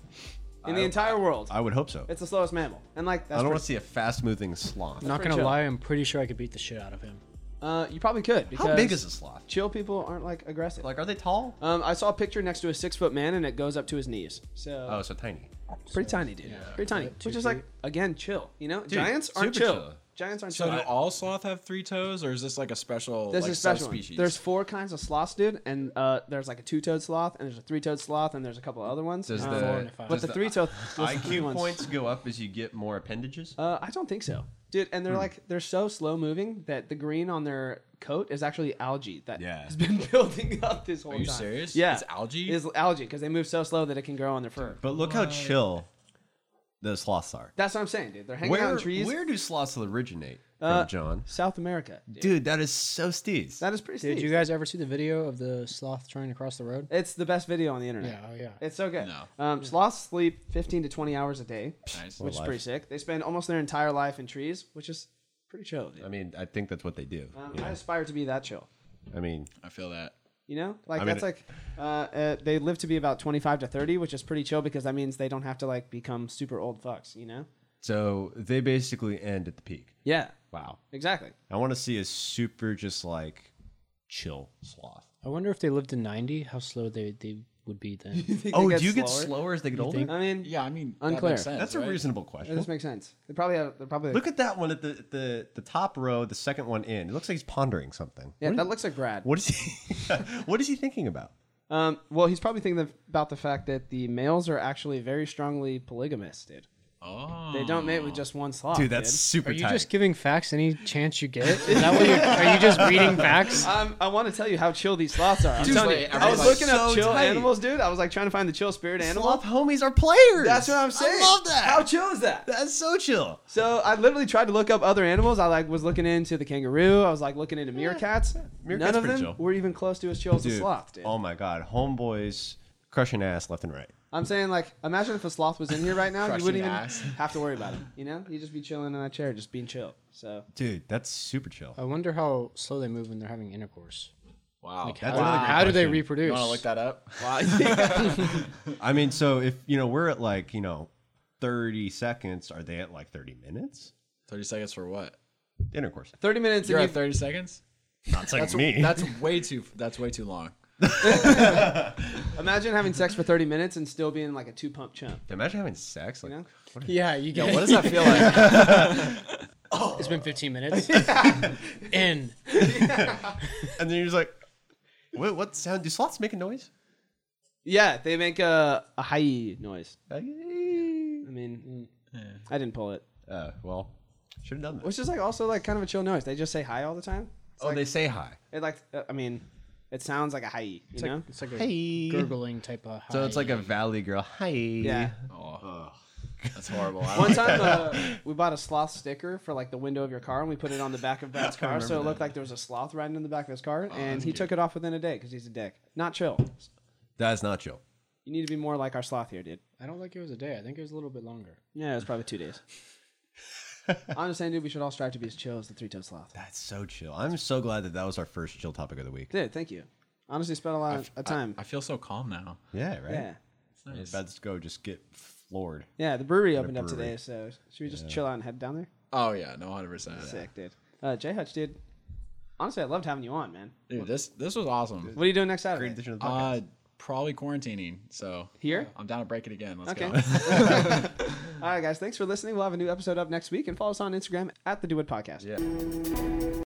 [SPEAKER 3] in the
[SPEAKER 5] I-
[SPEAKER 3] entire world.
[SPEAKER 5] I would hope so.
[SPEAKER 3] it's the slowest mammal, and like that's
[SPEAKER 5] I don't want
[SPEAKER 3] pretty-
[SPEAKER 5] to see a fast moving sloth.
[SPEAKER 1] Not
[SPEAKER 3] pretty
[SPEAKER 1] gonna
[SPEAKER 3] chill.
[SPEAKER 1] lie, I'm pretty sure I could beat the shit out of him.
[SPEAKER 3] uh, you probably could. Because
[SPEAKER 5] How big is a sloth?
[SPEAKER 3] Chill people aren't like aggressive.
[SPEAKER 5] Like, are they tall?
[SPEAKER 3] um, I saw a picture next to a six foot man, and it goes up to his knees. So
[SPEAKER 5] Oh, so tiny.
[SPEAKER 3] pretty tiny, dude. pretty tiny,
[SPEAKER 1] Two
[SPEAKER 3] which is like again chill. You know, giants aren't
[SPEAKER 5] super
[SPEAKER 3] chill.
[SPEAKER 5] chill.
[SPEAKER 3] Giants aren't
[SPEAKER 4] so
[SPEAKER 3] chill.
[SPEAKER 4] do all sloth have three toes, or is this like a special
[SPEAKER 3] There's
[SPEAKER 4] like
[SPEAKER 3] a special one.
[SPEAKER 4] subspecies?
[SPEAKER 3] There's four kinds of sloths, dude, and uh, there's like a two-toed sloth, and there's a three-toed sloth, and there's a couple other ones.
[SPEAKER 5] Does
[SPEAKER 3] Uh,
[SPEAKER 5] the
[SPEAKER 1] five.
[SPEAKER 3] but
[SPEAKER 5] does
[SPEAKER 3] the three-toed those are the three
[SPEAKER 5] IQ
[SPEAKER 3] ones.
[SPEAKER 5] points go up as you get more appendages?
[SPEAKER 3] Uh, I don't think so, dude. And they're like they're so slow moving that the green on their coat is actually algae that
[SPEAKER 5] Yeah.
[SPEAKER 3] has been building up this whole time.
[SPEAKER 4] you serious?
[SPEAKER 3] Yeah,
[SPEAKER 4] It's algae?
[SPEAKER 3] It's algae because they move so slow that it can grow on their fur.
[SPEAKER 5] but look how chill those sloths are.
[SPEAKER 3] That's what I'm saying, dude. They're hanging out
[SPEAKER 5] Where,
[SPEAKER 3] in trees.
[SPEAKER 5] where do sloths originate
[SPEAKER 3] Uh,
[SPEAKER 5] from, John?
[SPEAKER 3] South America, dude.
[SPEAKER 5] Dude, that is so steez.
[SPEAKER 3] That is pretty.
[SPEAKER 1] Did
[SPEAKER 3] steep.
[SPEAKER 1] you guys ever see the video of the sloth trying to cross the road?
[SPEAKER 3] It's the best video on the internet.
[SPEAKER 1] Yeah, oh yeah.
[SPEAKER 3] It's so good.
[SPEAKER 4] No.
[SPEAKER 3] Um, sloths sleep 15 to 20 hours a day,
[SPEAKER 4] Nice.
[SPEAKER 3] which is
[SPEAKER 5] life.
[SPEAKER 3] pretty sick. They spend almost their entire life in trees, which is pretty chill. Dude.
[SPEAKER 5] I mean, I think that's what they do.
[SPEAKER 3] Um,
[SPEAKER 5] you know?
[SPEAKER 3] I aspire to be that chill.
[SPEAKER 5] I mean,
[SPEAKER 4] I feel that.
[SPEAKER 3] You know, like
[SPEAKER 5] I mean,
[SPEAKER 3] that's like uh, uh, they live to be about 25 to 30, which is pretty chill because that means they don't have to like become super old fucks. You know?
[SPEAKER 5] so they basically end at the peak.
[SPEAKER 3] Yeah,
[SPEAKER 5] Wow.
[SPEAKER 3] exactly.
[SPEAKER 5] I want to see a super just like chill sloth.
[SPEAKER 1] I wonder if they lived to 90, how slow they, they would be then.
[SPEAKER 3] Think they
[SPEAKER 5] Oh, do you get
[SPEAKER 3] slower?
[SPEAKER 5] slower as they get older?
[SPEAKER 3] I mean,
[SPEAKER 4] Yeah, I mean, That
[SPEAKER 3] Unclear.
[SPEAKER 4] makes sense,
[SPEAKER 5] That's a
[SPEAKER 4] right?
[SPEAKER 5] reasonable
[SPEAKER 3] it
[SPEAKER 5] question.
[SPEAKER 3] does make sense. They probably have. They probably
[SPEAKER 5] Look at that one at the, the the top row, the second one in. It looks like he's pondering something.
[SPEAKER 3] Yeah,
[SPEAKER 5] What-
[SPEAKER 3] that looks like Brad.
[SPEAKER 5] what is he? what is he thinking about?
[SPEAKER 3] Um, well, he's probably thinking of- about the fact that the males are actually very strongly polygamous, dude.
[SPEAKER 4] Oh.
[SPEAKER 3] They don't mate with just one sloth.
[SPEAKER 5] Dude, that's super
[SPEAKER 1] Are you
[SPEAKER 5] tight.
[SPEAKER 1] just giving facts any chance you get? Is that what you are you just reading facts?
[SPEAKER 3] Um, I want to tell you how chill these sloths are. I'm
[SPEAKER 4] Dude,
[SPEAKER 3] telling
[SPEAKER 4] like,
[SPEAKER 3] you, I was
[SPEAKER 4] everybody's
[SPEAKER 3] looking up
[SPEAKER 5] so
[SPEAKER 3] chill
[SPEAKER 5] tight.
[SPEAKER 3] animals, dude. I was like trying to find the chill spirit animal.
[SPEAKER 5] Sloth homies are players.
[SPEAKER 3] That's what I'm saying.
[SPEAKER 5] I love that.
[SPEAKER 3] How chill is that?
[SPEAKER 5] that's so chill.
[SPEAKER 3] So I literally tried to look up other animals. I like was looking into the kangaroo. I was like looking into meerkats.
[SPEAKER 5] meerkat's
[SPEAKER 3] None of
[SPEAKER 5] pretty
[SPEAKER 3] them
[SPEAKER 5] chill.
[SPEAKER 3] were even close to as chill as a sloth, dude.
[SPEAKER 5] Oh my god, homeboys crushing ass left and right.
[SPEAKER 3] I'm saying like, imagine if a sloth was in here right now, you
[SPEAKER 4] Crushing
[SPEAKER 3] wouldn't even
[SPEAKER 4] ass.
[SPEAKER 3] have to worry about it. You know, you'd just be chilling in that chair, just being chill. So
[SPEAKER 5] Dude, that's super chill.
[SPEAKER 3] Oh,
[SPEAKER 1] I wonder how slow they move when they're having intercourse.
[SPEAKER 4] Wow.
[SPEAKER 1] How,
[SPEAKER 5] another great
[SPEAKER 1] how do they
[SPEAKER 5] question.
[SPEAKER 1] reproduce?
[SPEAKER 4] you want to look that up?
[SPEAKER 5] I mean, so if you know we're at like you know thirty seconds, are they at like thirty minutes?
[SPEAKER 4] 30 seconds for what?
[SPEAKER 5] Intercourse.
[SPEAKER 3] 30 minutes.
[SPEAKER 4] You're
[SPEAKER 3] And
[SPEAKER 4] at
[SPEAKER 3] you-
[SPEAKER 4] 30 seconds?
[SPEAKER 5] That's like
[SPEAKER 4] That's, that's way too That's way too long.
[SPEAKER 3] imagine having sex for 30 minutes and still being like a two pump chump.
[SPEAKER 5] Imagine having sex. Like,
[SPEAKER 3] You know?
[SPEAKER 1] yeah, you get
[SPEAKER 4] Yeah, what does that feel like?
[SPEAKER 1] It's been 15 minutes. In.
[SPEAKER 5] and then you're just like, what, what sound? Do sloths make a noise?
[SPEAKER 3] Yeah, they make a a high noise. I
[SPEAKER 5] Like,
[SPEAKER 3] mean, I didn't pull it.
[SPEAKER 5] Uh, well, should have done that.
[SPEAKER 3] Which is like also like kind of a chill noise. They just say hi all the time.
[SPEAKER 5] oh, they say hi.
[SPEAKER 3] It like uh, I mean, it sounds like a hi. You
[SPEAKER 1] It's
[SPEAKER 3] know.
[SPEAKER 1] like, it's like a
[SPEAKER 5] Hey.
[SPEAKER 1] gurgling type of.
[SPEAKER 5] So it's like a valley girl. Hi.
[SPEAKER 3] yeah.
[SPEAKER 4] Oh, that's horrible. I
[SPEAKER 3] One
[SPEAKER 4] don't,
[SPEAKER 3] time uh, we bought a sloth sticker for like the window of your car, and we put it on the back of Brad's car, so it looked like there was a sloth riding in the back of his
[SPEAKER 4] Oh,
[SPEAKER 3] car, and he took it off within a day because he's a dick. Not chill.
[SPEAKER 5] That's not chill.
[SPEAKER 3] You need to be more like our sloth here, dude.
[SPEAKER 1] I don't think it was a day. I think it was a little bit longer.
[SPEAKER 3] Yeah, it was probably two days. I'm just saying, dude, we should all strive to be as chill as the three-toed sloth.
[SPEAKER 5] That's so chill. I'm so glad that that was our first chill topic of the week.
[SPEAKER 3] Dude, thank you. Honestly, spent a lot of of time.
[SPEAKER 4] I feel so calm now.
[SPEAKER 5] Yeah, right.
[SPEAKER 3] yeah.
[SPEAKER 4] It's nice.
[SPEAKER 5] Let's go. Just get floored.
[SPEAKER 3] Yeah, the brewery opened up
[SPEAKER 5] brewery.
[SPEAKER 3] today, so should we just chill out and head down there?
[SPEAKER 4] Oh yeah, no, hundred percent.
[SPEAKER 3] Sick, dude. Uh, Jay Hutch, dude. Honestly, I loved having you on, man.
[SPEAKER 4] Dude, this this was awesome.
[SPEAKER 3] What are you doing next Saturday?
[SPEAKER 4] Uh, probably quarantining. So
[SPEAKER 3] Here?
[SPEAKER 4] I'm down to break it again. Let's
[SPEAKER 3] Okay.
[SPEAKER 4] go.
[SPEAKER 3] All right, guys. Thanks for listening. We'll have a new episode up next week, and follow us on Instagram at the Do It Podcast.
[SPEAKER 4] Yeah.